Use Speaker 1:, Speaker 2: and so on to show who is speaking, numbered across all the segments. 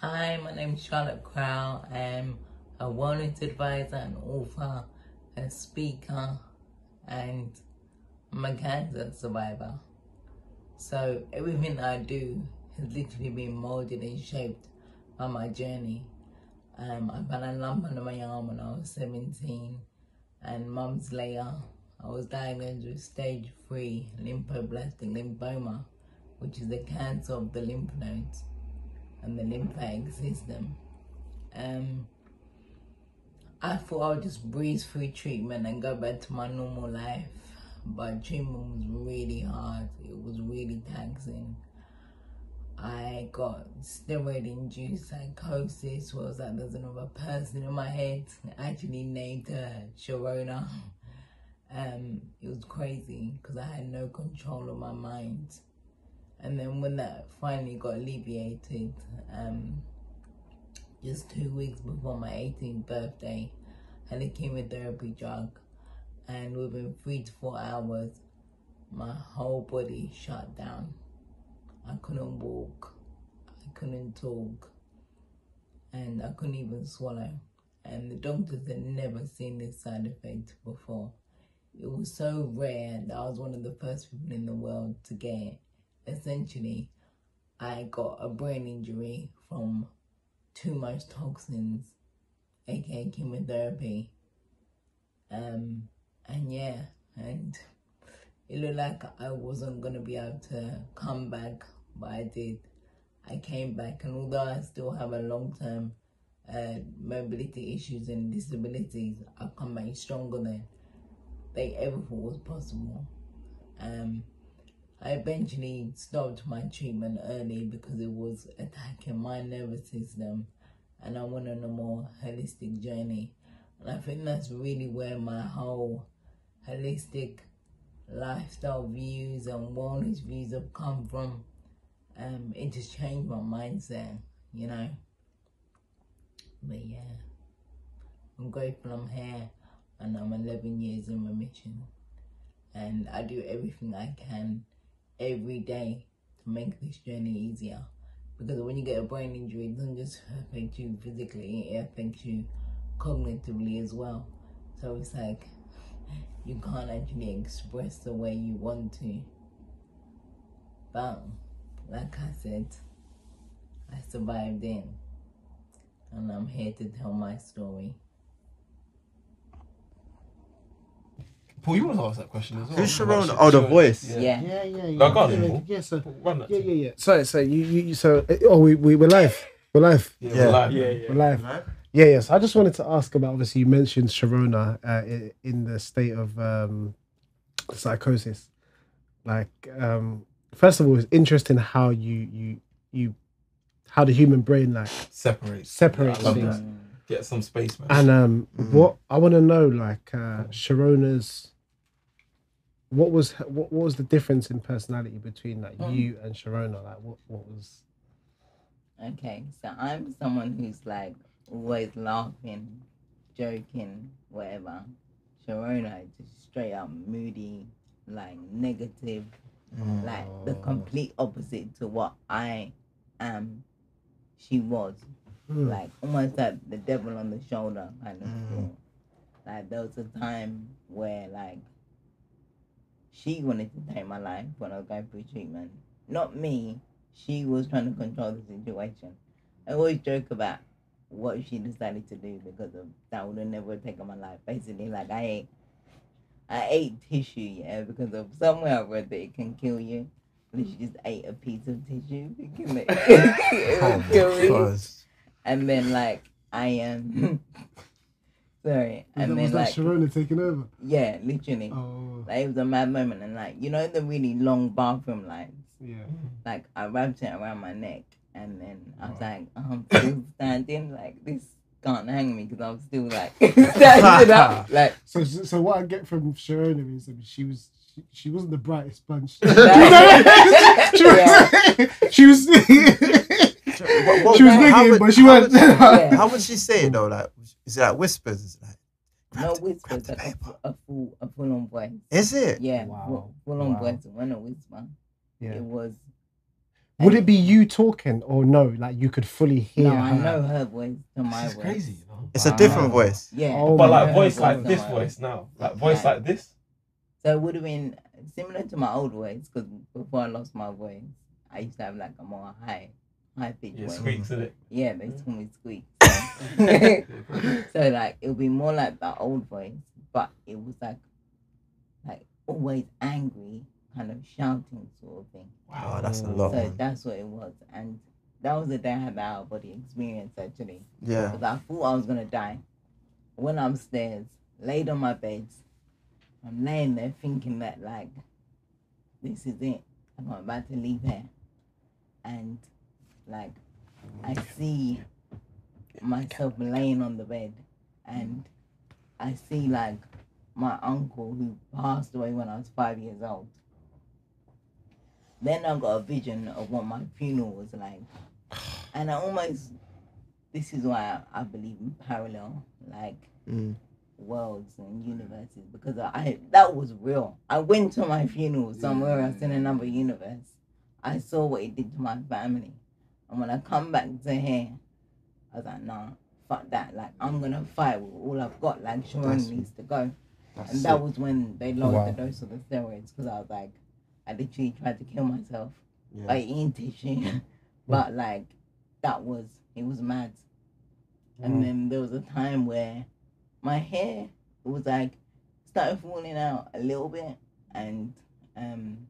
Speaker 1: Hi, my name is Charlotte Crow. I'm a wellness advisor and author, a speaker, and I'm a cancer survivor. So everything I do has literally been molded and shaped by my journey. Um, I had a lump under my arm when I was 17, and months later, I was diagnosed with stage 3 lymphoblastic lymphoma, which is a cancer of the lymph nodes and the lymphatic system. Um, I thought I would just breeze through treatment and go back to my normal life, but treatment was really hard. It was really taxing. I got steroid-induced psychosis. What was that? There's another person in my head. Actually, named her Sharona. Um, it was crazy because I had no control of my mind and then when that finally got alleviated, um, just two weeks before my 18th birthday, I had a chemotherapy drug, and within three to four hours, my whole body shut down. I couldn't walk, I couldn't talk, and I couldn't even swallow. And the doctors had never seen this side effect before. It was so rare that I was one of the first people in the world to get it essentially I got a brain injury from too much toxins, aka chemotherapy. Um, and yeah, and it looked like I wasn't gonna be able to come back, but I did. I came back, and although I still have a long term uh, mobility issues and disabilities, I've come back stronger than they ever thought was possible. Um, I eventually stopped my treatment early because it was attacking my nervous system and I went on a more holistic journey. And I think that's really where my whole holistic lifestyle views and wellness views have come from. Um, it just changed my mindset, you know. But yeah, I'm grateful I'm here and I'm 11 years in remission. And I do everything I can every day to make this journey easier. Because when you get a brain injury, it doesn't just affect you physically, it affects you cognitively as well. So it's like you can't actually express the way you want to. But like I said, I survived it. And I'm here to tell my story.
Speaker 2: Paul, you want to ask that question as well.
Speaker 3: Who's
Speaker 2: About
Speaker 3: Sharon?
Speaker 2: Sh-
Speaker 3: Oh, the
Speaker 2: Sharon.
Speaker 3: voice.
Speaker 2: Yeah.
Speaker 1: Yeah.
Speaker 4: Yeah, yeah, yeah.
Speaker 2: No, go on,
Speaker 4: yeah,
Speaker 2: Abel.
Speaker 4: yeah, so,
Speaker 2: Run that
Speaker 4: yeah,
Speaker 2: to
Speaker 4: yeah,
Speaker 2: me.
Speaker 4: yeah. So, so you, you, you- so, eh, oh, we, we, we're live. We're live.
Speaker 2: Yeah,
Speaker 3: Yeah.
Speaker 2: we're live,
Speaker 5: Yeah,
Speaker 2: man.
Speaker 5: yeah.
Speaker 4: We're live. Yeah, yes. I just wanted to ask about obviously you mentioned Sharona uh, i- in the state of um, psychosis. Like, um, first of all, it's interesting how you you you how the human brain like
Speaker 2: Separate.
Speaker 4: separates
Speaker 2: I love
Speaker 4: things.
Speaker 2: that. Get some space, man.
Speaker 4: And um,
Speaker 3: Mhm.
Speaker 4: what I want to know, like uh, Sharona's, what was her- what, what was the difference in personality between like
Speaker 1: Mm.
Speaker 4: you and Sharona? Like, what what was?
Speaker 1: Okay, so I'm someone who's like always laughing, joking, whatever. Sharona is just straight up moody, like negative,
Speaker 3: Mm.
Speaker 1: like the
Speaker 4: Oh.
Speaker 1: complete opposite to what I am. She was
Speaker 4: Mm.
Speaker 1: like almost like the devil on the shoulder kind of
Speaker 3: Mm.
Speaker 1: feel. Like there was a time where like she wanted to take my life when I was going through treatment. Not me. She was trying to control the situation. I always joke about what she decided to do because of that would have never taken my life. Basically, like I ate, I ate tissue, yeah, because of somewhere I read that it can kill you. And she just ate a piece of tissue thinking that it
Speaker 3: Oh,
Speaker 1: would kill me.
Speaker 3: because-
Speaker 1: And then like I am sorry.
Speaker 4: Was that,
Speaker 1: And
Speaker 4: was
Speaker 1: then
Speaker 4: that
Speaker 1: like
Speaker 4: Sharona taking over?
Speaker 1: yeah, literally.
Speaker 4: Oh,
Speaker 1: Like it was a mad moment and like you know the really long bathroom lines?
Speaker 4: yeah.
Speaker 1: Like I wrapped it around my neck and then I was
Speaker 2: Wow.
Speaker 1: like, "Oh, I'm still standing, like this can't hang me because I'm still like standing up. Like
Speaker 4: So, so so what I get from Sharona is I mean, she was she, she wasn't the brightest bunch.
Speaker 1: that-
Speaker 4: she was
Speaker 1: yeah,
Speaker 4: she was,
Speaker 3: What- what-
Speaker 4: she was
Speaker 3: how
Speaker 4: negative,
Speaker 3: would-
Speaker 4: but she
Speaker 3: how
Speaker 4: wasn't.
Speaker 1: Yeah.
Speaker 3: would- How would she say it though? Like, is it like whispers? Is it like, grab
Speaker 1: no
Speaker 3: the- grab
Speaker 1: whispers,
Speaker 3: the
Speaker 1: like a,
Speaker 3: paper?
Speaker 1: fu- a full a full on voice.
Speaker 3: Is it?
Speaker 1: Yeah,
Speaker 4: Wow.
Speaker 1: full on
Speaker 4: Wow.
Speaker 1: voice. When a whisper,
Speaker 4: Yeah.
Speaker 1: it was
Speaker 4: Would it be you talking or no? Like you could fully hear.
Speaker 1: No, I
Speaker 4: her?
Speaker 1: know her voice, not my
Speaker 2: This is
Speaker 1: voice.
Speaker 2: crazy, you know.
Speaker 3: It's a different
Speaker 4: Wow.
Speaker 3: voice.
Speaker 1: Yeah.
Speaker 4: Oh
Speaker 2: But
Speaker 4: my
Speaker 2: like
Speaker 4: God.
Speaker 2: voice
Speaker 1: Yeah.
Speaker 2: like this voice now, like voice
Speaker 1: Yeah.
Speaker 2: like this.
Speaker 1: So it would have been similar to my old voice because before I lost my voice, I used to have like a more high, high pitched
Speaker 2: Yeah,
Speaker 1: voice.
Speaker 2: squeaks in it.
Speaker 1: Yeah, they call me squeak. so- so like it would be more like that old voice, but it was like, like always angry, kind of shouting sort of thing.
Speaker 3: Oh, that's a lot.
Speaker 1: So
Speaker 3: man.
Speaker 1: that's what it was, and that was the day I had the out of body experience actually.
Speaker 3: Yeah.
Speaker 1: Because I thought I was gonna die. When I'm upstairs, laid on my bed, I'm laying there thinking that like, this is it. I'm about to leave here, and like, I see myself laying on the bed, and I see like my uncle who passed away when I was five years old. Then I got a vision of what my funeral was like, and I almost this is why I, I believe in parallel like
Speaker 3: Mm.
Speaker 1: worlds and universes because I that was real. I went to my funeral somewhere else in another universe. I saw what it did to my family, and when I come back to here, I was like, nah, fuck that. Like I'm gonna fight with all I've got. Like Sharon
Speaker 3: That's-
Speaker 1: needs to go,
Speaker 3: That's
Speaker 1: and that
Speaker 3: it.
Speaker 1: was when they lowered the
Speaker 4: Wow.
Speaker 1: dose of the steroids because I was like, I literally tried to kill myself
Speaker 3: Yeah.
Speaker 1: by eating tissue. but like that was it was mad. And then there was a time where my hair was like started falling out a little bit and um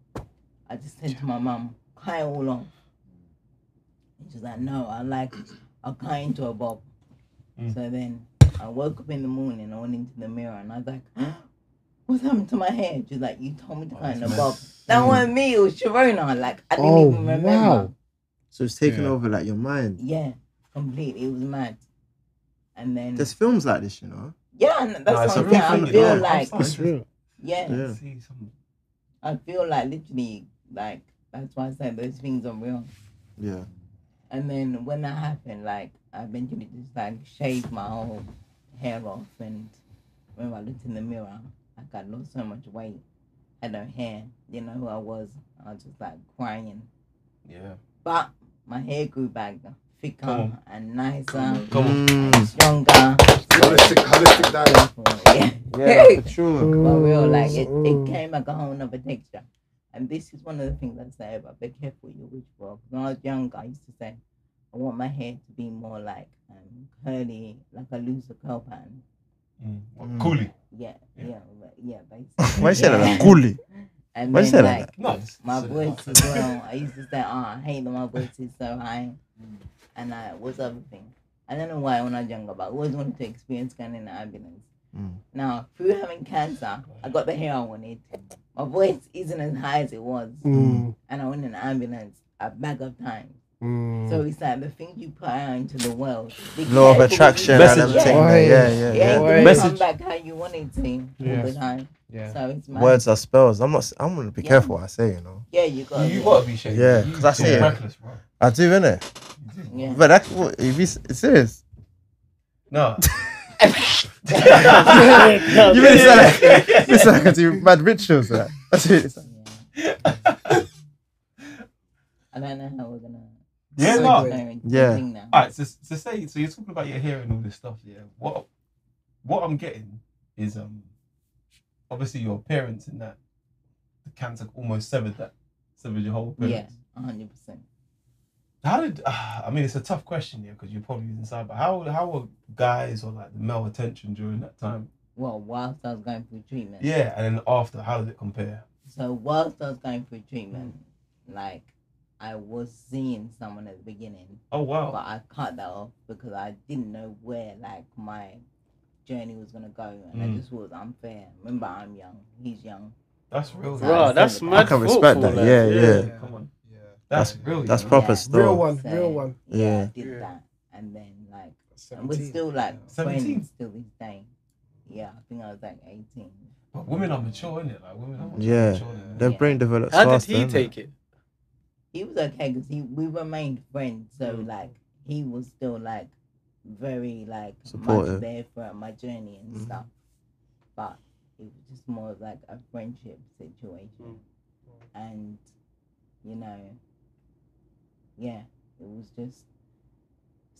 Speaker 1: I just said to my mum, cut it all off. And she's like, No, I like I'll cut into a bob.
Speaker 2: Mm.
Speaker 1: So then I woke up in the morning, I went into the mirror and I was like, What's happened to my hair? She's like, You told me to cut in a bob. That wasn't me, it was Sharona. Like I didn't
Speaker 4: Oh,
Speaker 1: even remember.
Speaker 4: wow.
Speaker 3: So it's taking
Speaker 2: Yeah.
Speaker 3: over like your mind.
Speaker 1: Yeah, completely. It was mad. And then
Speaker 3: There's films like this, you know.
Speaker 1: yeah, and that's
Speaker 2: Nah, it's
Speaker 1: what
Speaker 2: a
Speaker 1: I'm saying.
Speaker 2: real
Speaker 1: I
Speaker 2: thing,
Speaker 1: feel
Speaker 3: yeah.
Speaker 1: like
Speaker 2: I'm
Speaker 4: It's real.
Speaker 1: yeah,
Speaker 3: Yeah.
Speaker 2: See some
Speaker 1: I feel like literally like that's why I said those things are real.
Speaker 3: Yeah.
Speaker 1: And then when that happened, like I eventually just like shaved my whole hair off, and when I looked in the mirror, like I lost so much weight. I don't hair. You know who I was. I was just like crying,
Speaker 2: yeah.
Speaker 1: but my hair grew back thicker
Speaker 2: Come on.
Speaker 1: and nicer,
Speaker 2: Come on.
Speaker 1: and
Speaker 3: Mm.
Speaker 1: stronger.
Speaker 5: Holistic, holistic diet.
Speaker 1: Yeah.
Speaker 3: Yeah, that's for sure.
Speaker 1: For real, like it,
Speaker 4: Mm,
Speaker 1: it came like a whole nother texture. And this is one of the things I say about be careful you wish for. 'Cause When I was younger, I used to say, I want my hair to be more like um, curly, like a looser curl pattern.
Speaker 2: Mm.
Speaker 3: Mm.
Speaker 2: Coolie.
Speaker 1: Yeah,
Speaker 2: Yeah.
Speaker 1: yeah, but- yeah, basically.
Speaker 3: Why you say that?
Speaker 1: Yeah.
Speaker 3: Like, Gully.
Speaker 1: And
Speaker 3: Why you say
Speaker 1: then, like,
Speaker 3: that?
Speaker 2: No, it's-
Speaker 1: my
Speaker 2: it's a-
Speaker 1: voice as well. I used to say, oh, I hate that my voice is so high. And I, what's other thing? I don't know why when I was younger, but I always wanted to experience going in the ambulance.
Speaker 3: Mm.
Speaker 1: Now, through having cancer, I got the hair I wanted. My voice isn't as high as it was.
Speaker 4: mm,
Speaker 1: And I went in the ambulance a bag of times.
Speaker 4: mm.
Speaker 1: So it's like the thing you put out into the world. be
Speaker 3: Law of
Speaker 1: careful with
Speaker 3: attraction
Speaker 1: it.
Speaker 3: and
Speaker 2: Message.
Speaker 3: everything.
Speaker 4: Why?
Speaker 3: Yeah, yeah,
Speaker 1: It ain't
Speaker 3: yeah.
Speaker 4: Why?
Speaker 1: gonna come
Speaker 4: Message.
Speaker 1: back how you want it to all
Speaker 4: Yes.
Speaker 1: the time.
Speaker 4: yeah.
Speaker 1: So it's mad.
Speaker 3: Words are spells. I'm not. I'm gonna be
Speaker 1: Yeah.
Speaker 3: careful what I say. You know.
Speaker 1: Yeah, you
Speaker 2: You,
Speaker 1: got.
Speaker 2: you gotta be shaking.
Speaker 3: Yeah, 'cause I see it.
Speaker 2: Reckless, bro.
Speaker 3: I do, innit?
Speaker 2: You do.
Speaker 1: Yeah.
Speaker 3: But that's what. If you serious,
Speaker 2: No.
Speaker 3: you really sound like you sound like I do mad rituals. Like. That's it. It's like,
Speaker 1: I don't know how we're gonna.
Speaker 2: yeah,
Speaker 1: we're
Speaker 2: no.
Speaker 1: gonna do
Speaker 3: Yeah.
Speaker 1: thing now.
Speaker 2: All right, so, so say so you're talking about your hair and all this stuff, yeah. What what I'm getting is um obviously your parents and that the cancer almost severed that severed your whole
Speaker 1: Yeah,
Speaker 2: parents.
Speaker 1: hundred percent.
Speaker 2: How did uh, I mean it's a tough question yeah because you're probably inside, but how how were guys or like the male attention during that time?
Speaker 1: Well, whilst I was going through treatment.
Speaker 2: Yeah, and then after how did it compare?
Speaker 1: So whilst I was going through treatment, like I was seeing someone at the beginning,
Speaker 2: Oh
Speaker 1: but
Speaker 2: wow,
Speaker 1: I cut that off because I didn't know where like my journey was gonna go, and I
Speaker 2: Mm.
Speaker 1: just thought it was unfair. Remember, I'm young, he's young.
Speaker 2: that's real.
Speaker 1: Bro,
Speaker 2: man.
Speaker 1: that-
Speaker 6: that's
Speaker 1: I
Speaker 6: mad.
Speaker 3: can respect
Speaker 6: thoughtful,
Speaker 3: that,
Speaker 6: like.
Speaker 3: yeah, yeah.
Speaker 2: come on,
Speaker 5: Yeah.
Speaker 2: that's
Speaker 5: That's-
Speaker 2: real.
Speaker 3: that's
Speaker 2: yeah.
Speaker 3: proper
Speaker 1: still
Speaker 3: stuff.
Speaker 4: Real one, real one.
Speaker 1: Yeah,
Speaker 3: Yeah.
Speaker 1: I did
Speaker 5: Yeah.
Speaker 1: that, and then like, and we're
Speaker 5: 17.
Speaker 1: still like
Speaker 2: Seventeen.
Speaker 1: friends till this day. Yeah, I think I was like 18.
Speaker 2: But women are mature, innit? Like women are mature.
Speaker 3: Yeah.
Speaker 2: mature, innit?
Speaker 3: Their brain develops
Speaker 6: How did
Speaker 3: faster.
Speaker 6: he
Speaker 3: innit?
Speaker 6: take it?
Speaker 1: He was okay because he we remained friends, so
Speaker 6: Mm.
Speaker 1: like he was still like very like much
Speaker 3: Supportive.
Speaker 1: there for my journey and
Speaker 3: Mhm.
Speaker 1: stuff. But it was just more of like a friendship situation, and you know, yeah, it was just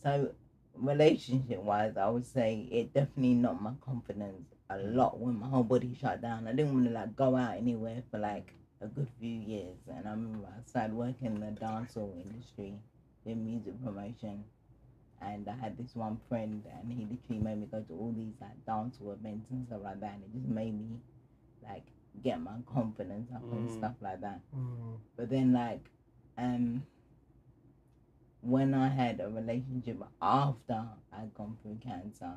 Speaker 1: so relationship wise, I would say it definitely knocked my confidence a lot when my whole body shut down. I didn't want to like go out anywhere for like a good few years, and I remember I started working in the dancehall industry, doing music promotion, and I had this one friend, and he literally made me go to all these like dancehall events and stuff like that, and it just made me like get my confidence up and
Speaker 2: Mm.
Speaker 1: stuff like that. But then like um when I had a relationship after I'd gone through cancer,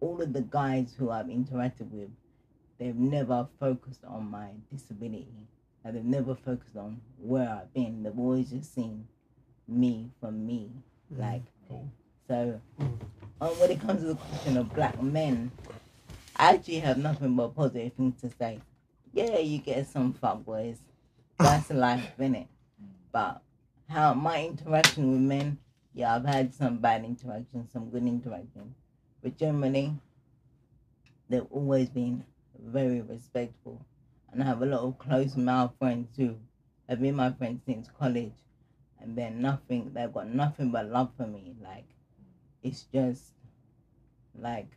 Speaker 1: all of the guys who I've interacted with, they've never focused on my disability. Like they've never focused on where I've been. They've always just seen me for me. Mm, Like
Speaker 2: Cool.
Speaker 1: so um, when it comes to the question of black men, I actually have nothing but positive things to say. Yeah, you get some fuckboys. That's life, innit? But how my interaction with men, yeah, I've had some bad interactions, some good interactions. But generally, they've always been very respectful. And I have a lot of close male friends who have been my friends since college. And they're nothing, they've got nothing but love for me. Like, it's just like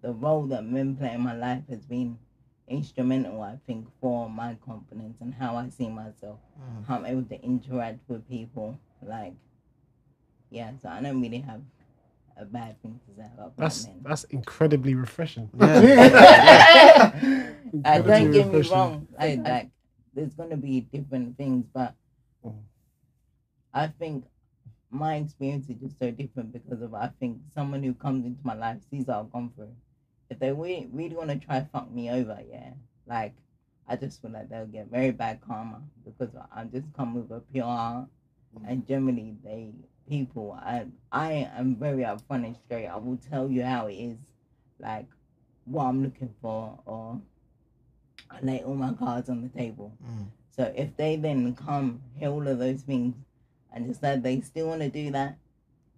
Speaker 1: the role that men play in my life has been instrumental, I think, for my confidence and how I see myself, how I'm able to interact with people. Like, yeah, so I don't really have a bad thing to say about black
Speaker 4: That's
Speaker 1: men.
Speaker 4: that's incredibly refreshing. Oh,
Speaker 1: I
Speaker 4: Incredibly
Speaker 1: don't get me
Speaker 4: refreshing.
Speaker 1: wrong. Like, like there's gonna be different things, but I think my experience is just so different because of I think someone who comes into my life sees what I've gone through. If they really, really want to try and fuck me over, yeah, like I just feel like they'll get very bad karma because I just come with a pure heart, and generally they people I I am very upfront and straight. I will tell you how it is, like what I'm looking for, or I lay all my cards on the table. So if they then come hear all of those things and decide they still want to do that,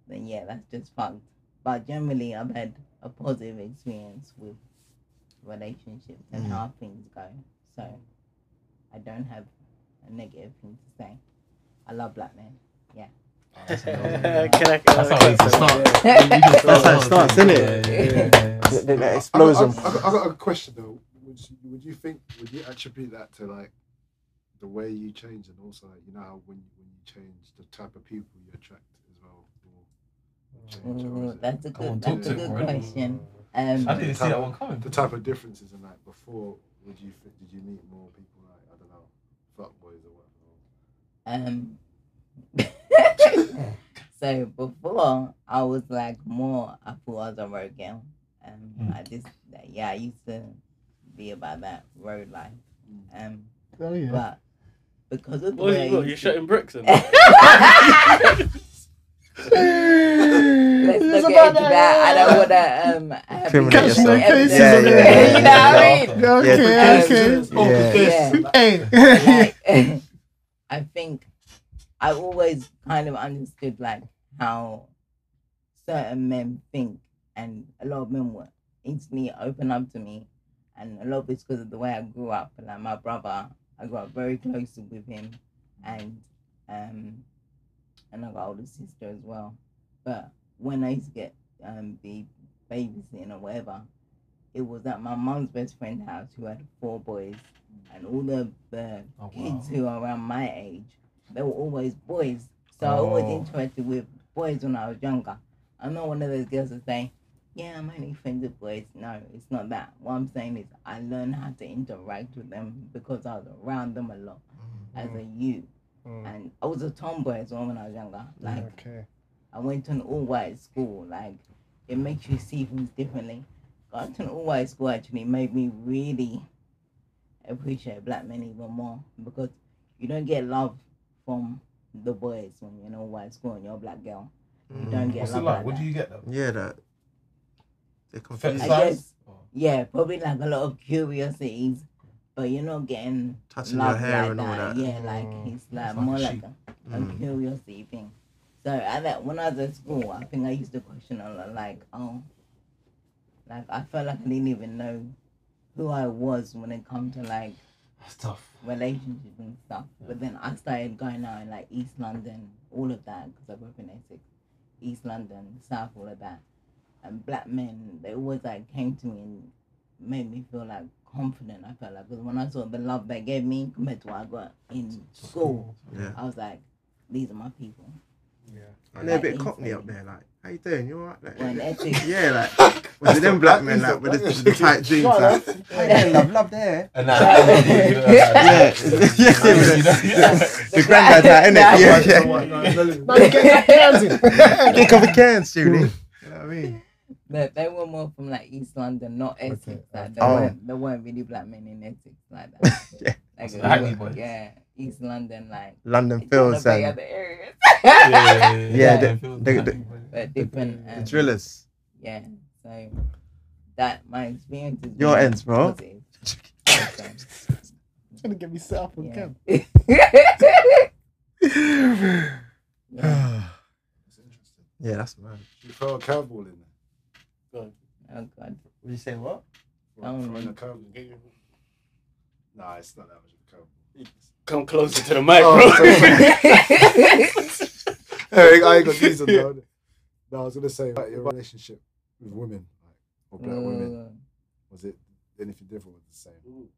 Speaker 1: then yeah, that's just fucked. But generally, I've had a positive experience with relationships and how things go. So I don't have a negative thing to say. I love black men.
Speaker 2: That's how it starts. That's
Speaker 3: how it starts, innit?
Speaker 2: it?
Speaker 3: Then that
Speaker 5: I got-
Speaker 3: explodes
Speaker 5: I
Speaker 3: them.
Speaker 5: got- I got I got a question though. Would you, would you think would you attribute that to like the way you change and also like you know how when when you change the type of people you attract as well? will change, or is
Speaker 1: Ooh,
Speaker 5: it
Speaker 1: that's a
Speaker 2: Come on,
Speaker 1: good,
Speaker 2: talk
Speaker 1: that's
Speaker 2: to
Speaker 1: a
Speaker 2: it,
Speaker 1: good
Speaker 2: Corinne.
Speaker 1: question. Um,
Speaker 2: I didn't see that one coming.
Speaker 5: the type of differences in like before? Would you think, did you meet more people like I don't know fuckboys or whatever?
Speaker 1: Um, so before I was like more, I thought I was a road girl. Um,
Speaker 2: Mm.
Speaker 1: I just yeah, I used to be about that road life. Um,
Speaker 4: Oh yeah.
Speaker 1: but because of the
Speaker 6: What
Speaker 1: way
Speaker 6: you got?
Speaker 1: I
Speaker 6: You're
Speaker 1: used to-
Speaker 6: shutting bricks in.
Speaker 1: Let's
Speaker 4: It's
Speaker 1: not
Speaker 4: about
Speaker 1: get into
Speaker 4: that.
Speaker 1: that. I don't wanna um have
Speaker 3: Criminate
Speaker 1: any
Speaker 3: yourself.
Speaker 1: evidence.
Speaker 4: Yeah, yeah, yeah.
Speaker 1: you know what I mean?
Speaker 3: Yeah.
Speaker 4: Okay. Okay.
Speaker 1: Yeah.
Speaker 4: Hey.
Speaker 1: like, I think I always kind of understood like how certain men think, and a lot of men were instantly open up to me, and a lot of it's because of the way I grew up. Like my brother, I grew up very close with him, and um, and I got older sister as well. But when I used to get um the babysitting or whatever, it was at my mum's best friend's house who had four boys, and all the the
Speaker 2: Oh, wow.
Speaker 1: kids who are around my age, they were always boys. So I always
Speaker 2: Oh.
Speaker 1: interacted with boys when I was younger. I'm not one of those girls that say, yeah, I'm only friends with boys. No, it's not that. What I'm saying is I learned how to interact with them because I was around them a lot as a youth.
Speaker 4: Mm.
Speaker 1: And I was a tomboy as well when I was younger. Like,
Speaker 4: Okay.
Speaker 1: I went to an all white school. Like, it makes you see things differently. Going to an all white school actually made me really appreciate black men even more because you don't get love from the boys when you're in all white school and you're a black girl. You
Speaker 6: Mm.
Speaker 1: don't get
Speaker 2: What's it
Speaker 1: love.
Speaker 2: like?
Speaker 1: Like
Speaker 2: What
Speaker 1: that.
Speaker 2: do you get though?
Speaker 3: Yeah, that. They're
Speaker 2: Fat
Speaker 3: confused.
Speaker 1: I guess,
Speaker 2: size? Oh.
Speaker 1: yeah, probably like a lot of curiosities, but you're not getting
Speaker 3: Touching
Speaker 1: love
Speaker 3: your hair
Speaker 1: like
Speaker 3: and all that.
Speaker 1: Yeah, like it's like,
Speaker 2: It's like
Speaker 1: more
Speaker 2: a
Speaker 1: like
Speaker 2: sheep.
Speaker 1: a a
Speaker 3: Mm.
Speaker 1: curiosity thing. So at that, when I was at school, I think I used to question a lot, like, oh, like I felt like I didn't even know who I was when it come to like
Speaker 2: That's tough.
Speaker 1: relationship and stuff. But then I started going out in like East London, all of that, because I grew up in Essex, East London, South, all of that. And black men, they always like came to me and made me feel like confident. I felt like because when I saw the love they gave me compared to what I got in school,
Speaker 6: Yeah.
Speaker 1: I was like, these are my people.
Speaker 6: And they're a bit
Speaker 1: Like,
Speaker 6: cockney up
Speaker 1: instantly.
Speaker 6: there, like, how you doing? You alright?
Speaker 1: Well, in
Speaker 6: Like,
Speaker 1: Essex,
Speaker 6: yeah, like, with them black men, like, with the, the tight jeans, like, yeah, love, love there.
Speaker 2: And that.
Speaker 6: Yeah, yeah, the granddad, like, innit?
Speaker 1: Yeah.
Speaker 6: Yeah, yeah.
Speaker 4: No, you get cans in.
Speaker 6: Get cover cans, Julie. You know what I mean?
Speaker 1: they, they were more from like East London, not Essex. Like, they,
Speaker 6: Oh.
Speaker 1: weren't, they weren't really black men in Essex like that.
Speaker 6: Yeah.
Speaker 1: Like,
Speaker 2: So
Speaker 1: it
Speaker 2: the Hackney
Speaker 1: was-
Speaker 2: boys.
Speaker 1: Yeah, East London, like.
Speaker 6: London
Speaker 1: it's all
Speaker 6: Fields
Speaker 1: the big
Speaker 6: and
Speaker 1: other areas.
Speaker 6: Yeah,
Speaker 1: But different.
Speaker 6: the
Speaker 1: um,
Speaker 6: drillers.
Speaker 1: Yeah. So that my experience is
Speaker 6: Your
Speaker 1: really
Speaker 6: ends, bro.
Speaker 1: positive. um,
Speaker 4: Trying to get me set up
Speaker 1: Yeah.
Speaker 4: again.
Speaker 1: yeah.
Speaker 6: yeah,
Speaker 5: It's interesting.
Speaker 6: that's mad.
Speaker 5: You throw a curveball in there.
Speaker 1: Oh God.
Speaker 6: Would you say what?
Speaker 5: Right,
Speaker 1: Oh,
Speaker 5: throwing
Speaker 1: no.
Speaker 5: a curveball. Nah, it's not that much of a curveball.
Speaker 7: Come closer to the mic,
Speaker 5: Oh,
Speaker 7: bro.
Speaker 5: sorry. Hey, I ain't got these on though. No, I was gonna say like, your relationship with women, like, or black women,
Speaker 1: Ooh.
Speaker 2: Mm.
Speaker 5: was it anything different? Was it the same?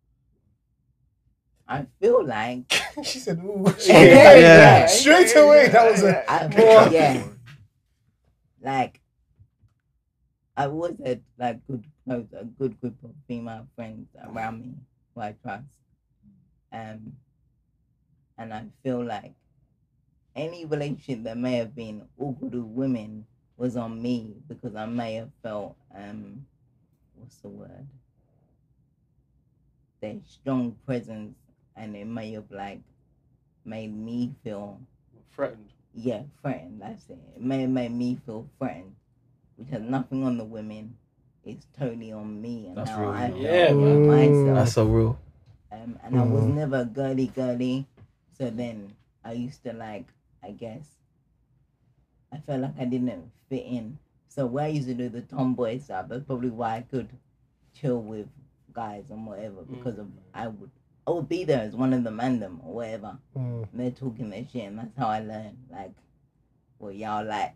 Speaker 1: I feel like
Speaker 4: she said, ooh.
Speaker 6: Yeah.
Speaker 4: Straight away, that was a.
Speaker 1: I,
Speaker 4: Bro.
Speaker 1: yeah. Like I always had like good close a good group of female friends around me who I trust. Um and I feel like any relationship that may have been awkward with women was on me because I may have felt um what's the word? Their strong presence and it may have like made me feel
Speaker 7: Threatened.
Speaker 1: yeah, threatened. That's it. It may made me feel threatened, which has nothing on the women. It's totally on me and
Speaker 2: That's
Speaker 1: how
Speaker 2: real,
Speaker 1: I
Speaker 2: you
Speaker 1: feel
Speaker 2: know.
Speaker 7: Yeah,
Speaker 1: about
Speaker 4: man.
Speaker 1: myself.
Speaker 2: so real.
Speaker 1: Um, and I was never girly girly, so then I used to like, I guess, I felt like I didn't fit in. So where I used to do the tomboy stuff, that's probably why I could chill with guys and whatever because of I would I would be there as one of them and them or whatever.
Speaker 4: Mm.
Speaker 1: And they're talking that shit, and that's how I learned, like, what y'all like.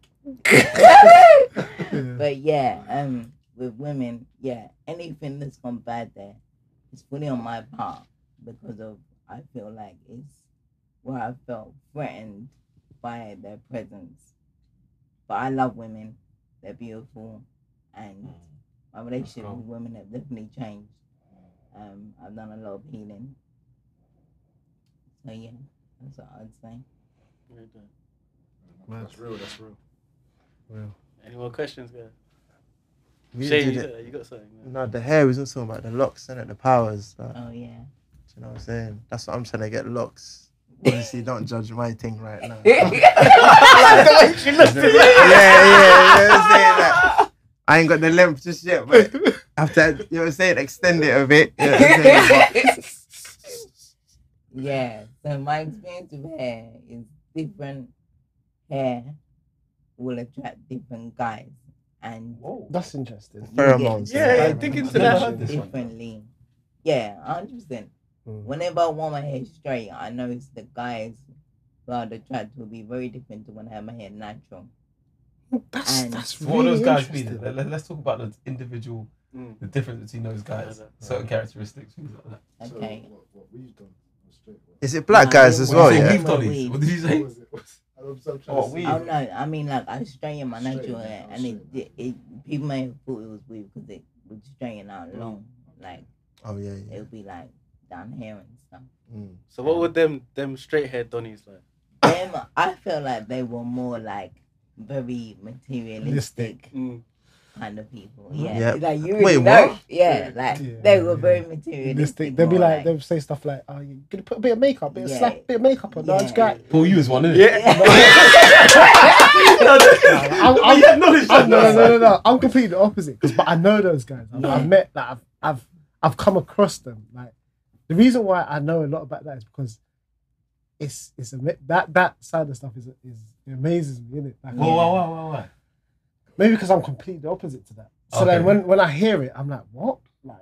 Speaker 1: but yeah, um, with women, yeah, anything that's gone bad there, it's fully on my part because of I feel like it's where I felt threatened by their presence. But I love women; they're beautiful, and my relationship
Speaker 2: cool.
Speaker 1: with women have definitely changed. Um, I've done a lot of healing, so yeah, that's what I'd say.
Speaker 5: That's real. That's real.
Speaker 7: Any more questions, guys?
Speaker 6: We
Speaker 7: Shay,
Speaker 6: did
Speaker 7: you,
Speaker 6: it.
Speaker 7: got- you got something. man.
Speaker 6: No, the hair was also about the locks, and the powers. Like,
Speaker 1: Oh yeah.
Speaker 6: do you know what I'm saying? That's what I'm trying to get locks. Honestly, don't judge my thing right now. yeah, yeah, yeah. You know what I'm saying? Like, I ain't got the length just yet, but after you know what I'm saying, extend it a bit. You know what I'm saying? But
Speaker 1: yeah, so my experience with hair is different hair will attract different guys and
Speaker 4: That's interesting.
Speaker 6: Pheromones.
Speaker 7: Yeah, yeah,
Speaker 6: and
Speaker 7: dig into
Speaker 4: Yeah.
Speaker 7: that.
Speaker 2: This one.
Speaker 1: differently. Yeah, hundred percent.
Speaker 4: Mm.
Speaker 1: Whenever I want my hair straight, I notice the guys who are attracted will be very different to when I have my hair natural.
Speaker 4: That's,
Speaker 1: And-
Speaker 4: that's
Speaker 2: So what are those
Speaker 4: really
Speaker 2: guys mean?
Speaker 4: interesting.
Speaker 2: Let, let- let's talk about the individual,
Speaker 7: Mm.
Speaker 2: the difference between those guys,
Speaker 7: Yeah,
Speaker 2: certain characteristics, things like that.
Speaker 1: Okay.
Speaker 5: So what, what we've done was straight. What,
Speaker 6: Is it black guys as
Speaker 1: What
Speaker 6: well?
Speaker 1: do you
Speaker 6: Yeah.
Speaker 1: mean?
Speaker 2: We've done these.
Speaker 1: Weave.
Speaker 2: What did you say?
Speaker 5: what was it? What's, I'm so trying
Speaker 2: Oh,
Speaker 5: to
Speaker 2: we-
Speaker 5: see.
Speaker 1: Oh no, I mean like I straighten my natural
Speaker 5: Straighten it
Speaker 1: hair,
Speaker 5: out,
Speaker 1: and it,
Speaker 5: straighten
Speaker 1: it, it- people may have thought it was weird because it would straighten
Speaker 4: Mm.
Speaker 1: out long, like
Speaker 6: Oh yeah,
Speaker 1: it
Speaker 6: yeah.
Speaker 1: would be like down here and stuff.
Speaker 6: Mm.
Speaker 7: So what were them them straight haired Donnies like?
Speaker 1: them, I feel like they were more like very materialistic
Speaker 7: Mm.
Speaker 1: kind of people.
Speaker 6: Mhm.
Speaker 1: Yeah,
Speaker 6: Yeah.
Speaker 1: like you
Speaker 6: Wait,
Speaker 1: already know.
Speaker 6: what?
Speaker 1: Yeah, like
Speaker 4: Yeah,
Speaker 1: they were
Speaker 4: Mm-hmm.
Speaker 1: very
Speaker 4: yeah. This
Speaker 1: materialistic.
Speaker 4: thing, they'll be
Speaker 1: or,
Speaker 4: like, they'll say stuff like, "Oh, you gonna put a bit of makeup, bit of
Speaker 1: Yeah.
Speaker 4: slap, bit of makeup on." No, I just got.
Speaker 2: Paul, you was one, innit? Yeah.
Speaker 4: I'm, I'm, I'm- no, no, no, no, no. I'm completely the opposite. 'cause- but I know those guys. I've, I've met, like, I've, I've, I've come across them. Like, the reason why I know a lot about that is because it's, it's ama- that that side of stuff is, is it amazes me, innit? Like,
Speaker 2: Whoa, whoa, whoa, whoa, whoa.
Speaker 4: Maybe because I'm completely the opposite to that. So then
Speaker 2: Okay.
Speaker 4: when, when I hear it, I'm like, what? Like,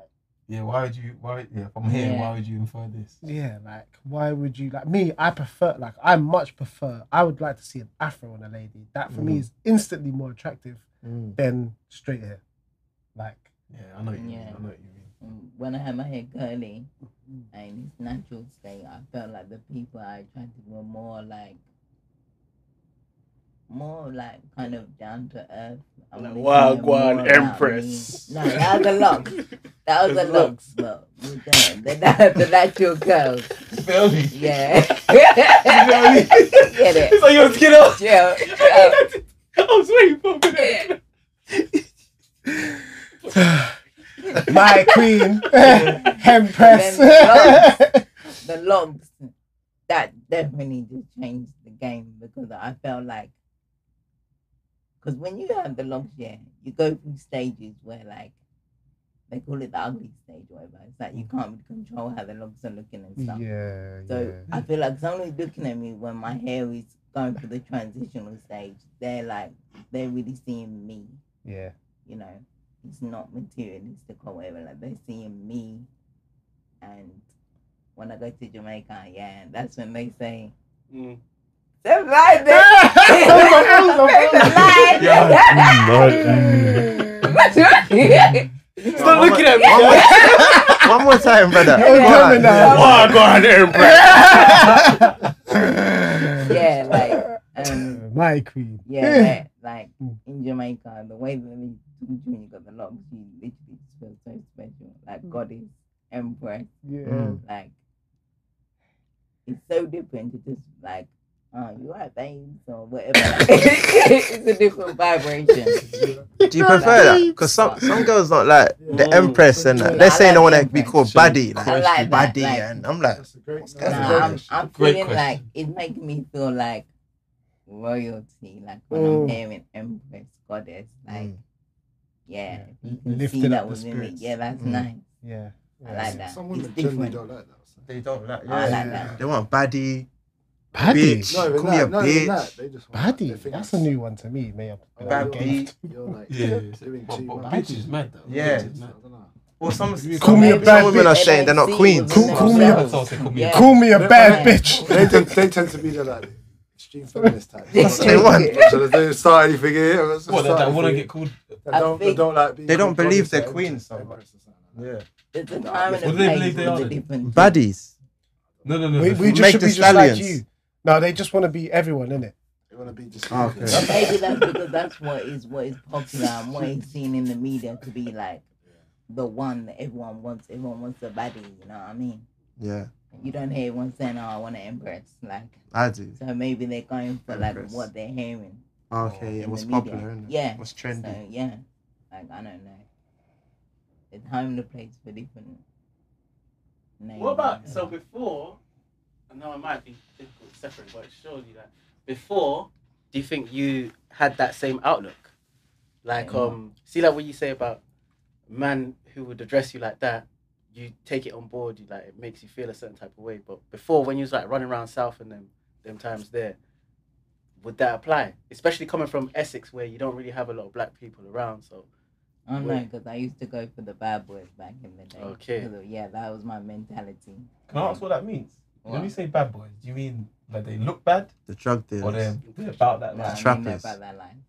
Speaker 2: Yeah, why would you? Why? Yeah, from here,
Speaker 1: Yeah.
Speaker 2: why would you infer this?
Speaker 4: Yeah, like why would you like me? I prefer like I much prefer. I would like to see an afro on a lady. That for me is instantly more attractive than straight hair. Like
Speaker 2: Yeah, I know what you. mean,
Speaker 1: Yeah.
Speaker 2: I know what you mean.
Speaker 1: When I had my hair curly and it's natural state, I felt like the people I attracted were more like, more like kind of down to earth. I
Speaker 7: Like,
Speaker 1: wanna
Speaker 7: wow,
Speaker 1: hear
Speaker 7: Guan
Speaker 1: more about
Speaker 7: Empress.
Speaker 1: me. No, that was the locks. That was the
Speaker 7: The
Speaker 1: locks, but with the, the, na- the natural curls.
Speaker 2: Feel me?
Speaker 1: Yeah. Get it.
Speaker 7: It's like your skin out.
Speaker 1: Yeah. Uh,
Speaker 7: I was waiting for a minute.
Speaker 4: my queen, Empress.
Speaker 1: Then the logs that definitely just changed the game because I felt like because when you have the logs, yeah, you go through stages where like they call it the ugly stage or whatever. It's like you can't really control how the logs are looking and
Speaker 4: Mm-hmm. yeah,
Speaker 1: stuff.
Speaker 4: yeah.
Speaker 1: So I feel like somebody's looking at me when my hair is going through the transitional stage. They're like they're really seeing me
Speaker 4: yeah.
Speaker 1: you know, it's not materialistic or whatever. Like they're seeing me, and when I go to Jamaica, yeah, that's when they say,
Speaker 7: Mm.
Speaker 1: "They're lying." They're
Speaker 7: Stop looking at me.
Speaker 6: One more, one more time, brother.
Speaker 4: Hey,
Speaker 6: Go on.
Speaker 4: coming now.
Speaker 7: Wow, God, Empress.
Speaker 1: Yeah, like, um,
Speaker 4: my queen.
Speaker 1: yeah, like, like
Speaker 4: Mm.
Speaker 1: in Jamaica, the way that they talk to you, you got the locks, you literally just feel so special, like goddess, empress.
Speaker 4: yeah.
Speaker 6: Mm.
Speaker 1: like it's so different to just like uh you are babes or whatever. it's a different vibration.
Speaker 6: Do you prefer that? Because some, some girls not like the
Speaker 7: Mm.
Speaker 6: empress and that.
Speaker 1: Yeah,
Speaker 6: They
Speaker 1: I
Speaker 6: say
Speaker 1: like
Speaker 6: they want to
Speaker 1: empress.
Speaker 6: be called
Speaker 2: Sure.
Speaker 6: baddie, like,
Speaker 1: I like that,
Speaker 6: baddie,
Speaker 1: like-
Speaker 6: and I'm like,
Speaker 5: That's a great.
Speaker 6: That's
Speaker 1: Nah,
Speaker 6: a great
Speaker 1: I'm, I'm
Speaker 2: Great
Speaker 1: feeling like
Speaker 2: question.
Speaker 1: it's making me feel like royalty, like when I'm
Speaker 4: Mm.
Speaker 1: hearing Empress Goddess, like yeah,
Speaker 4: Yeah.
Speaker 1: you can
Speaker 4: Lifting
Speaker 1: see
Speaker 4: up
Speaker 1: that
Speaker 4: the
Speaker 1: was in me.
Speaker 4: spirits.
Speaker 1: Yeah, that's
Speaker 6: Mm.
Speaker 1: nice.
Speaker 4: Yeah.
Speaker 1: I like that.
Speaker 5: Some women
Speaker 1: it's
Speaker 5: generally
Speaker 1: different.
Speaker 5: don't like that. So.
Speaker 2: They don't like.
Speaker 1: I
Speaker 4: Yeah.
Speaker 1: like that.
Speaker 6: they want baddie.
Speaker 4: Paddy.
Speaker 6: Bitch.
Speaker 5: No, even
Speaker 6: Call me
Speaker 5: that,
Speaker 6: a
Speaker 5: not even
Speaker 6: bitch.
Speaker 5: that. They just want-
Speaker 4: Paddy.
Speaker 5: they think
Speaker 4: That's
Speaker 5: it's-
Speaker 4: a new one to me, man.
Speaker 5: Oh,
Speaker 6: Bad
Speaker 5: you're-
Speaker 6: beat.
Speaker 5: You're like
Speaker 2: Yeah.
Speaker 5: doing
Speaker 2: But,
Speaker 5: too
Speaker 2: but
Speaker 5: much.
Speaker 2: bitch is mad though.
Speaker 6: Yeah.
Speaker 2: Bitch is
Speaker 5: I
Speaker 2: mad.
Speaker 5: don't know.
Speaker 6: Or some,
Speaker 4: Call
Speaker 6: some
Speaker 4: me a
Speaker 6: women-
Speaker 4: bad
Speaker 6: some women are
Speaker 1: bitch.
Speaker 6: saying they're not
Speaker 1: See,
Speaker 6: queens.
Speaker 1: within
Speaker 4: Call- call me
Speaker 1: themselves.
Speaker 2: That's
Speaker 4: a-
Speaker 2: all they call me.
Speaker 1: Yeah.
Speaker 4: Call me a
Speaker 5: Yeah.
Speaker 4: bad
Speaker 1: Yeah.
Speaker 4: bitch.
Speaker 5: They tend, they tend to be the like extreme feminist type.
Speaker 1: That's
Speaker 6: what they want.
Speaker 5: So they don't start anything here. let's
Speaker 2: What? They
Speaker 5: start
Speaker 2: don't want to
Speaker 5: anything.
Speaker 2: get called.
Speaker 5: They
Speaker 1: I
Speaker 5: don't, they
Speaker 1: think-
Speaker 5: don't like being
Speaker 6: They don't
Speaker 5: called goddess
Speaker 6: believe they're
Speaker 5: or
Speaker 6: queens
Speaker 5: empress
Speaker 6: so much.
Speaker 5: or something like that.
Speaker 6: Yeah.
Speaker 1: There's a time and
Speaker 2: What
Speaker 1: a
Speaker 2: do they
Speaker 1: place
Speaker 2: believe they
Speaker 1: with
Speaker 2: are
Speaker 1: a
Speaker 2: then?
Speaker 1: different
Speaker 6: Baddies.
Speaker 2: No, no, no.
Speaker 4: We,
Speaker 2: no.
Speaker 4: we just
Speaker 6: Make
Speaker 4: should
Speaker 6: the
Speaker 4: be just like
Speaker 6: stallions.
Speaker 4: you. No, they just want to be everyone, innit?
Speaker 5: They want to be just.
Speaker 6: Ah, Okay.
Speaker 1: But maybe that's because that's what is what is popular and what is seen in the media to be like the one that everyone wants. Everyone wants a baddie, you know what I mean?
Speaker 6: Yeah,
Speaker 1: You don't hear everyone saying, "Oh, I want to impress." Like,
Speaker 6: I do.
Speaker 1: so maybe they're going for like
Speaker 6: Empress.
Speaker 1: what they're hearing.
Speaker 6: Oh, Okay,
Speaker 1: in
Speaker 6: yeah,
Speaker 1: the
Speaker 6: what's
Speaker 1: media.
Speaker 6: popular, innit?
Speaker 1: Yeah.
Speaker 6: What's trendy.
Speaker 1: So yeah, like I don't know. It's home the place for different. Names.
Speaker 7: What about so before? I know it might be difficult to separate, but surely like before, do you think you had that same outlook? Like
Speaker 1: Yeah.
Speaker 7: um, see like what you say about man who would address you like that, you take it on board. You like it makes you feel a certain type of way. But before, when you was like running around south and them them times there, would that apply? Especially coming from Essex, where you don't really have a lot of black people around. So
Speaker 1: I know because I used to go for the bad boys back in the day.
Speaker 7: Okay.
Speaker 1: 'Cause, Yeah, that was my mentality.
Speaker 2: Can I ask what that means? When
Speaker 1: What?
Speaker 2: you say bad boys, do you mean like they look bad
Speaker 6: The drug
Speaker 2: or they're,
Speaker 6: dealers.
Speaker 2: they're about that?
Speaker 1: Nah, I
Speaker 2: life?
Speaker 1: ain't
Speaker 6: Trappers.
Speaker 1: know about that line.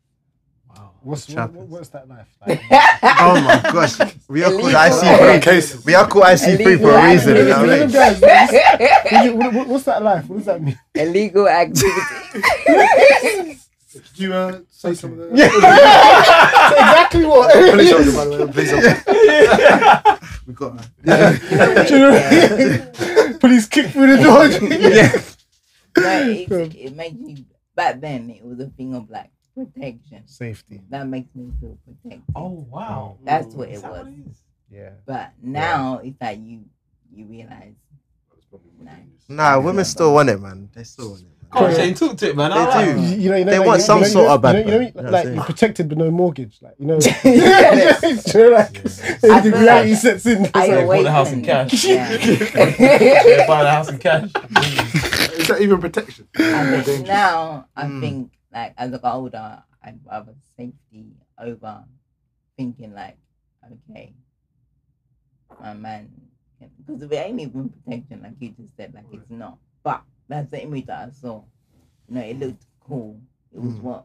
Speaker 2: Wow.
Speaker 4: What's what,
Speaker 6: Trappers.
Speaker 4: what- what's that life? Like,
Speaker 6: Oh my gosh, we are called
Speaker 1: Illegal.
Speaker 6: IC for a
Speaker 5: Cases.
Speaker 6: case. We are called IC free for a reason. you know what I mean?
Speaker 4: Illegal guys, what you- what- what- what's that life? What does that mean?
Speaker 1: Illegal activity.
Speaker 5: Could you uh, say some of the?
Speaker 4: exactly what.
Speaker 5: Please hold it, by the way. Please hold it.
Speaker 6: We got
Speaker 4: Do you know what I mean? Police kick through the door.
Speaker 6: yeah.
Speaker 1: But it, it makes you. Back then, it was a thing of like protection.
Speaker 4: Safety.
Speaker 1: That makes me feel protected.
Speaker 2: Oh wow.
Speaker 1: That's what
Speaker 2: Is
Speaker 1: it
Speaker 2: that
Speaker 1: was.
Speaker 2: what it is?
Speaker 4: Yeah.
Speaker 1: But now it's like you, you realize.
Speaker 5: Hmm?
Speaker 6: Nah, women still want it, man. They still want it. Man.
Speaker 2: Go on, Shane, talk to it, man. I
Speaker 6: They
Speaker 2: like it.
Speaker 6: do.
Speaker 4: You, you know, you know,
Speaker 6: They
Speaker 4: like,
Speaker 6: want
Speaker 4: you,
Speaker 6: some
Speaker 4: you know,
Speaker 6: sort
Speaker 4: you know,
Speaker 6: of bad
Speaker 4: you know,
Speaker 6: boy.
Speaker 4: you know,
Speaker 6: That's
Speaker 4: like
Speaker 6: it.
Speaker 4: you're protected but no mortgage. Like you know,
Speaker 1: Yes.
Speaker 4: you know,
Speaker 1: I
Speaker 4: like, the
Speaker 1: feel
Speaker 4: reality
Speaker 1: like
Speaker 4: sets in.
Speaker 1: I
Speaker 2: They bought
Speaker 1: awakened.
Speaker 2: the house in cash.
Speaker 1: Yeah.
Speaker 2: They buy the house in cash.
Speaker 5: Is that even protection?
Speaker 1: I think
Speaker 5: Dangerous. Hmm.
Speaker 1: now I
Speaker 6: Mm.
Speaker 1: think like as I got older, I rather safety over thinking like, okay, my man. Because it ain't even protection, like you just said, like it's not. But that's the image that I saw. You know, it looked cool. It
Speaker 5: Hmm.
Speaker 1: was what,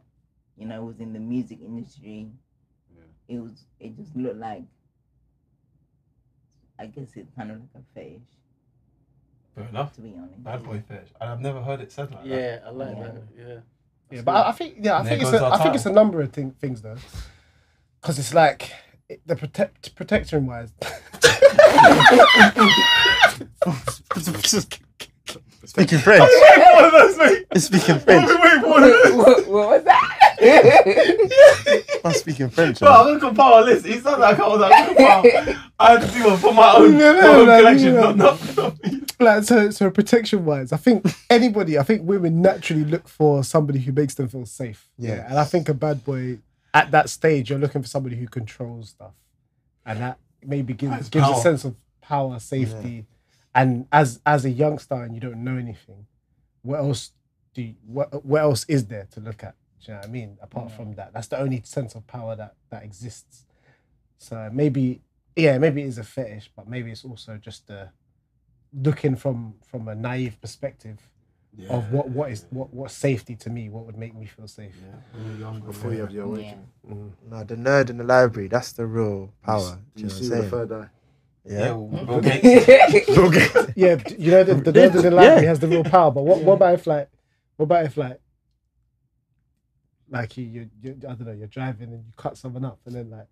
Speaker 1: you know, it was in the music industry. It was. It just looked like. I guess it's kind of like a fetish,
Speaker 2: Fair enough.
Speaker 1: to be honest.
Speaker 2: Bad boy fetish. And I've never heard it said like that.
Speaker 7: Yeah, I like
Speaker 1: Yeah.
Speaker 7: that. Yeah.
Speaker 4: Yeah, but I, I think yeah, I
Speaker 2: And
Speaker 4: think
Speaker 2: there
Speaker 4: it's
Speaker 2: goes
Speaker 4: a,
Speaker 2: our
Speaker 4: I think it's a
Speaker 2: title.
Speaker 4: number of thing, things though, because it's like it, the protect protection wise.
Speaker 6: Speaking French.
Speaker 2: What does that say?
Speaker 6: He's Speaking French.
Speaker 2: Wait, what is that?
Speaker 1: what, what was that?
Speaker 6: I'm speaking French.
Speaker 2: Bro, I'm
Speaker 6: man.
Speaker 2: gonna compile a list. It's not like I was like, I'm gonna compile. I had to do it for my own,
Speaker 4: No, no,
Speaker 2: my own
Speaker 4: no,
Speaker 2: collection.
Speaker 4: no.
Speaker 2: Not, not, not for you.
Speaker 4: like so, so protection wise, I think anybody, I think women naturally look for somebody who makes them feel safe.
Speaker 6: Yes.
Speaker 4: and I think a bad boy at that stage, you're looking for somebody who controls stuff, and that maybe gives
Speaker 2: That's
Speaker 4: gives a
Speaker 2: power.
Speaker 4: sense of power, safety, and as as a youngster and you don't know anything, what else do you, what what else is there to look at? Do you know what I mean? Apart from that, that's the only sense of power that that exists. So maybe yeah, maybe it is a fetish, but maybe it's also just a looking from from a naive perspective of what what is what what safety to me, what would make me feel safe.
Speaker 5: Before you have your
Speaker 1: Yeah.
Speaker 5: awakening.
Speaker 6: No, Mm. the nerd in the library, that's the real power. Do you know what
Speaker 5: Do you
Speaker 6: I'm
Speaker 5: see the
Speaker 6: saying?
Speaker 5: third eye?
Speaker 2: Yeah,
Speaker 6: Yeah.
Speaker 2: well, Bill Gates.
Speaker 6: Bill Gates.
Speaker 4: Yeah, d- you know the, the nerd in the library
Speaker 6: Yeah.
Speaker 4: has the real power, but what what about if like what about if like like you, you you I don't know you're driving and you cut someone up and then like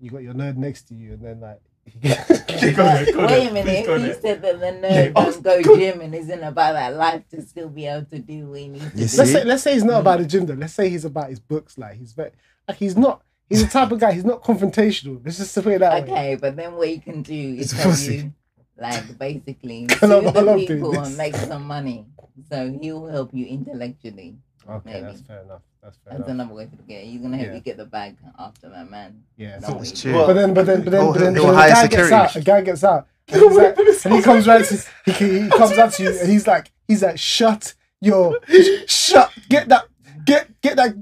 Speaker 4: you got your nerd next to you and then like
Speaker 2: Go there, go
Speaker 1: Wait
Speaker 2: there,
Speaker 1: a
Speaker 2: please
Speaker 1: minute.
Speaker 2: go
Speaker 1: If you
Speaker 2: there.
Speaker 1: said that the
Speaker 2: Yeah.
Speaker 1: nerd
Speaker 4: oh,
Speaker 1: don't go gym and isn't about that life to still be able to do what he needs to
Speaker 6: You
Speaker 1: do.
Speaker 4: let's
Speaker 6: See?
Speaker 4: say let's say he's not about the gym though. Let's say he's about his books. Like he's very like he's not he's the type of guy he's not confrontational. Let's just put it that way.
Speaker 1: Okay, but then what you can do is
Speaker 6: It's
Speaker 1: that
Speaker 6: pussy.
Speaker 1: you, like, basically
Speaker 4: I
Speaker 1: sue
Speaker 4: love- I
Speaker 1: the
Speaker 4: love doing
Speaker 1: people
Speaker 4: this.
Speaker 1: and make some money. So he'll help you intellectually.
Speaker 4: Okay,
Speaker 1: Maybe.
Speaker 4: that's fair enough. That's fair
Speaker 1: That's
Speaker 4: enough.
Speaker 1: another way to look at it. He's gonna help
Speaker 4: Yeah.
Speaker 1: you get the bag after that man.
Speaker 4: Yeah.
Speaker 1: That's
Speaker 6: It's
Speaker 1: what
Speaker 6: true.
Speaker 1: you do.
Speaker 4: But then, but then, but then,
Speaker 6: Oh,
Speaker 4: but then,
Speaker 6: they
Speaker 4: but
Speaker 6: were
Speaker 4: then a
Speaker 6: higher
Speaker 4: guy gets
Speaker 6: security.
Speaker 4: out. A guy gets out, and, he's like- and he comes right. To, he, he he comes up to you, and he's like, he's like, shut your, shut, get that, get get that.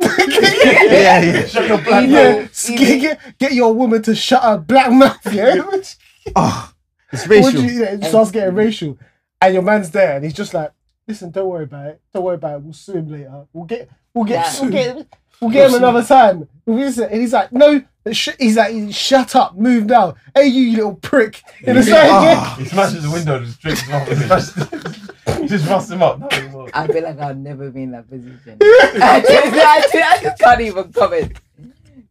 Speaker 6: Yeah, yeah.
Speaker 2: Shut your
Speaker 1: You
Speaker 2: black
Speaker 1: know,
Speaker 4: yeah,
Speaker 1: you
Speaker 4: s- get, get, get your woman to shut her black mouth. Yeah, What
Speaker 6: Oh, it's
Speaker 4: do
Speaker 6: racial.
Speaker 4: you- yeah, it starts getting racial, and your man's there, and he's just like, listen, don't worry about it, don't worry about it. We'll sue him later. We'll get, we'll get,
Speaker 1: Yeah.
Speaker 4: we'll get, we'll get him another time. And he's- and he's like, no, sh-, he's like, shut up, move now. Hey, you, you little prick. In the same
Speaker 6: Oh,
Speaker 2: He smashes the window and just drinks him up. He smashes- He just rusts him up. No, he won't.
Speaker 1: I feel like I've never been in that position. I, just, I, just, I just can't even comment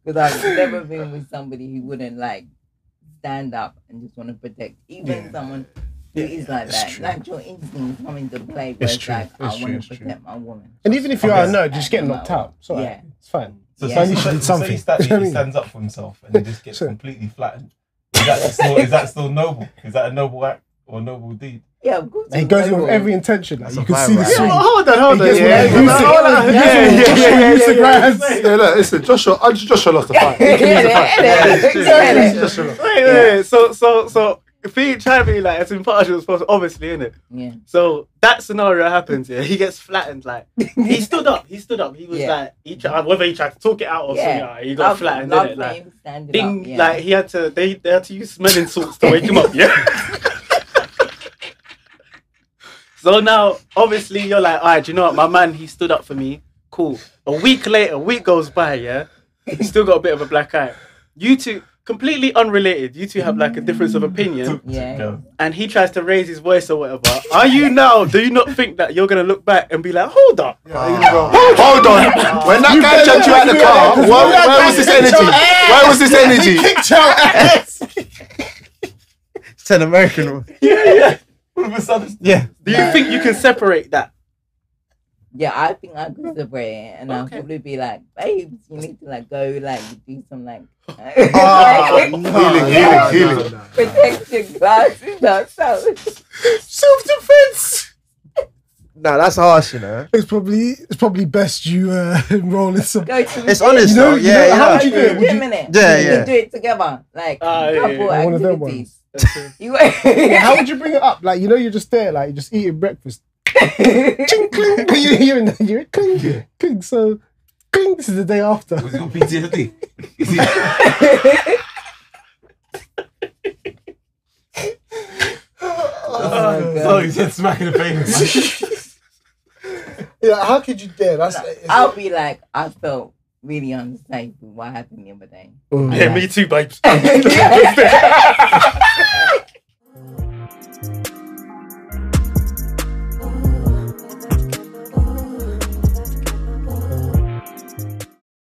Speaker 1: because I've never been with somebody who wouldn't like stand up and just want to protect even someone who is like that. Natural instinct come into play where
Speaker 4: It's
Speaker 1: it's,
Speaker 4: true.
Speaker 1: like
Speaker 4: It's
Speaker 1: I
Speaker 4: true.
Speaker 1: want
Speaker 4: It's
Speaker 1: to
Speaker 4: true.
Speaker 1: protect my woman.
Speaker 4: and even if you are a
Speaker 2: Okay.
Speaker 4: nerd, you just get knocked out. It's alright.
Speaker 1: Yeah.
Speaker 4: It's fine.
Speaker 2: So,
Speaker 1: Yeah.
Speaker 2: so,
Speaker 4: Sandy should
Speaker 2: so,
Speaker 4: do
Speaker 2: so he
Speaker 4: something.
Speaker 2: statue,
Speaker 4: Do you know what I
Speaker 2: he
Speaker 4: mean?
Speaker 2: stands up for himself and he just gets
Speaker 4: Sure.
Speaker 2: completely flattened. Is that, still, is that still noble? Is that a noble act or a noble deed?
Speaker 1: Yeah, of course.
Speaker 4: And he
Speaker 1: it's
Speaker 4: goes in with
Speaker 1: noble.
Speaker 4: every intention. Like,
Speaker 6: That's
Speaker 4: you
Speaker 6: a
Speaker 4: can
Speaker 6: vibe,
Speaker 4: see the
Speaker 6: right?
Speaker 4: suit.
Speaker 6: Yeah, well,
Speaker 4: hold on, hold
Speaker 3: on, yeah,
Speaker 4: Yeah,
Speaker 3: yeah, yeah,
Speaker 4: yeah, yeah, yeah, yeah.
Speaker 5: Yeah, look, listen, Joshua, uh, Joshua lost the fight.
Speaker 1: Yeah,
Speaker 5: He can lose the
Speaker 1: yeah,
Speaker 5: fight.
Speaker 1: yeah,
Speaker 5: He's
Speaker 1: exactly.
Speaker 5: Joshua lost.
Speaker 8: Wait, wait, wait. So, so, so, Phoebe trying to be like as impartial as possible, obviously, isn't it?
Speaker 1: Yeah.
Speaker 8: So that scenario happens. Yeah, he gets flattened. Like he stood up. He stood up. He was
Speaker 1: Yeah.
Speaker 8: like, he tried, whether he tried to talk it out or
Speaker 1: Yeah.
Speaker 8: something, like, he got
Speaker 1: Love-
Speaker 8: flattened.
Speaker 1: love
Speaker 8: Innit? Like,
Speaker 1: him standing
Speaker 8: ding,
Speaker 1: up, yeah.
Speaker 8: like he had to. They, they had to use smelling salts to wake him up. Yeah. so now, obviously, you're like, all right, do you know what, my man, he stood up for me. Cool. A week later, a week goes by. Yeah, still got a bit of a black eye. You two. Completely unrelated. You two have like a difference of opinion
Speaker 1: Yeah.
Speaker 2: Go.
Speaker 8: and he tries to raise his voice or whatever, are you now? Do you not think that you're gonna look back and be like, hold up?
Speaker 5: Hold on. When that guy jumped you out the car, where, where was this energy? Where was this energy?
Speaker 6: It's an American.
Speaker 2: All of a sudden,
Speaker 6: Yeah.
Speaker 8: Do you think you can separate that?
Speaker 1: Yeah, I think I could separate it, and I'll probably be like, babes, you need to like go like do some like,
Speaker 6: Ah,
Speaker 1: like,
Speaker 5: Healing,
Speaker 1: Yeah.
Speaker 5: healing, healing.
Speaker 1: protection classes or something.
Speaker 6: No, that's harsh, you know.
Speaker 4: It's probably it's probably best you uh, roll in some.
Speaker 1: Go to the
Speaker 6: It's
Speaker 1: gym.
Speaker 6: honest,
Speaker 4: You know-
Speaker 6: though.
Speaker 4: you
Speaker 6: Yeah,
Speaker 4: know how
Speaker 6: yeah.
Speaker 4: would
Speaker 1: Go
Speaker 4: you
Speaker 1: to
Speaker 4: do it?
Speaker 1: the
Speaker 4: Would
Speaker 1: gym
Speaker 4: you-
Speaker 1: innit?
Speaker 6: Yeah,
Speaker 1: You
Speaker 6: yeah.
Speaker 1: do it together, like
Speaker 8: Ah, yeah,
Speaker 1: couple
Speaker 8: yeah,
Speaker 4: one of them
Speaker 1: activities. You
Speaker 4: Yeah, how would you bring it up? Like you know, you're just there, like you're just eating breakfast. Cling, cling, but you're hearing that you're cling, cling. So, cling. This is the day after.
Speaker 2: was your PTSD? Is he-
Speaker 1: Oh my
Speaker 2: Oh,
Speaker 1: God.
Speaker 2: he's hit smack in the face.
Speaker 4: Yeah, how could you dare? That's it's-
Speaker 1: I'll be like, I felt really
Speaker 4: Oh,
Speaker 1: unsafe with what happened the other day.
Speaker 9: Mm.
Speaker 1: I
Speaker 10: Yeah,
Speaker 1: like-
Speaker 10: me too, babes.
Speaker 1: yeah.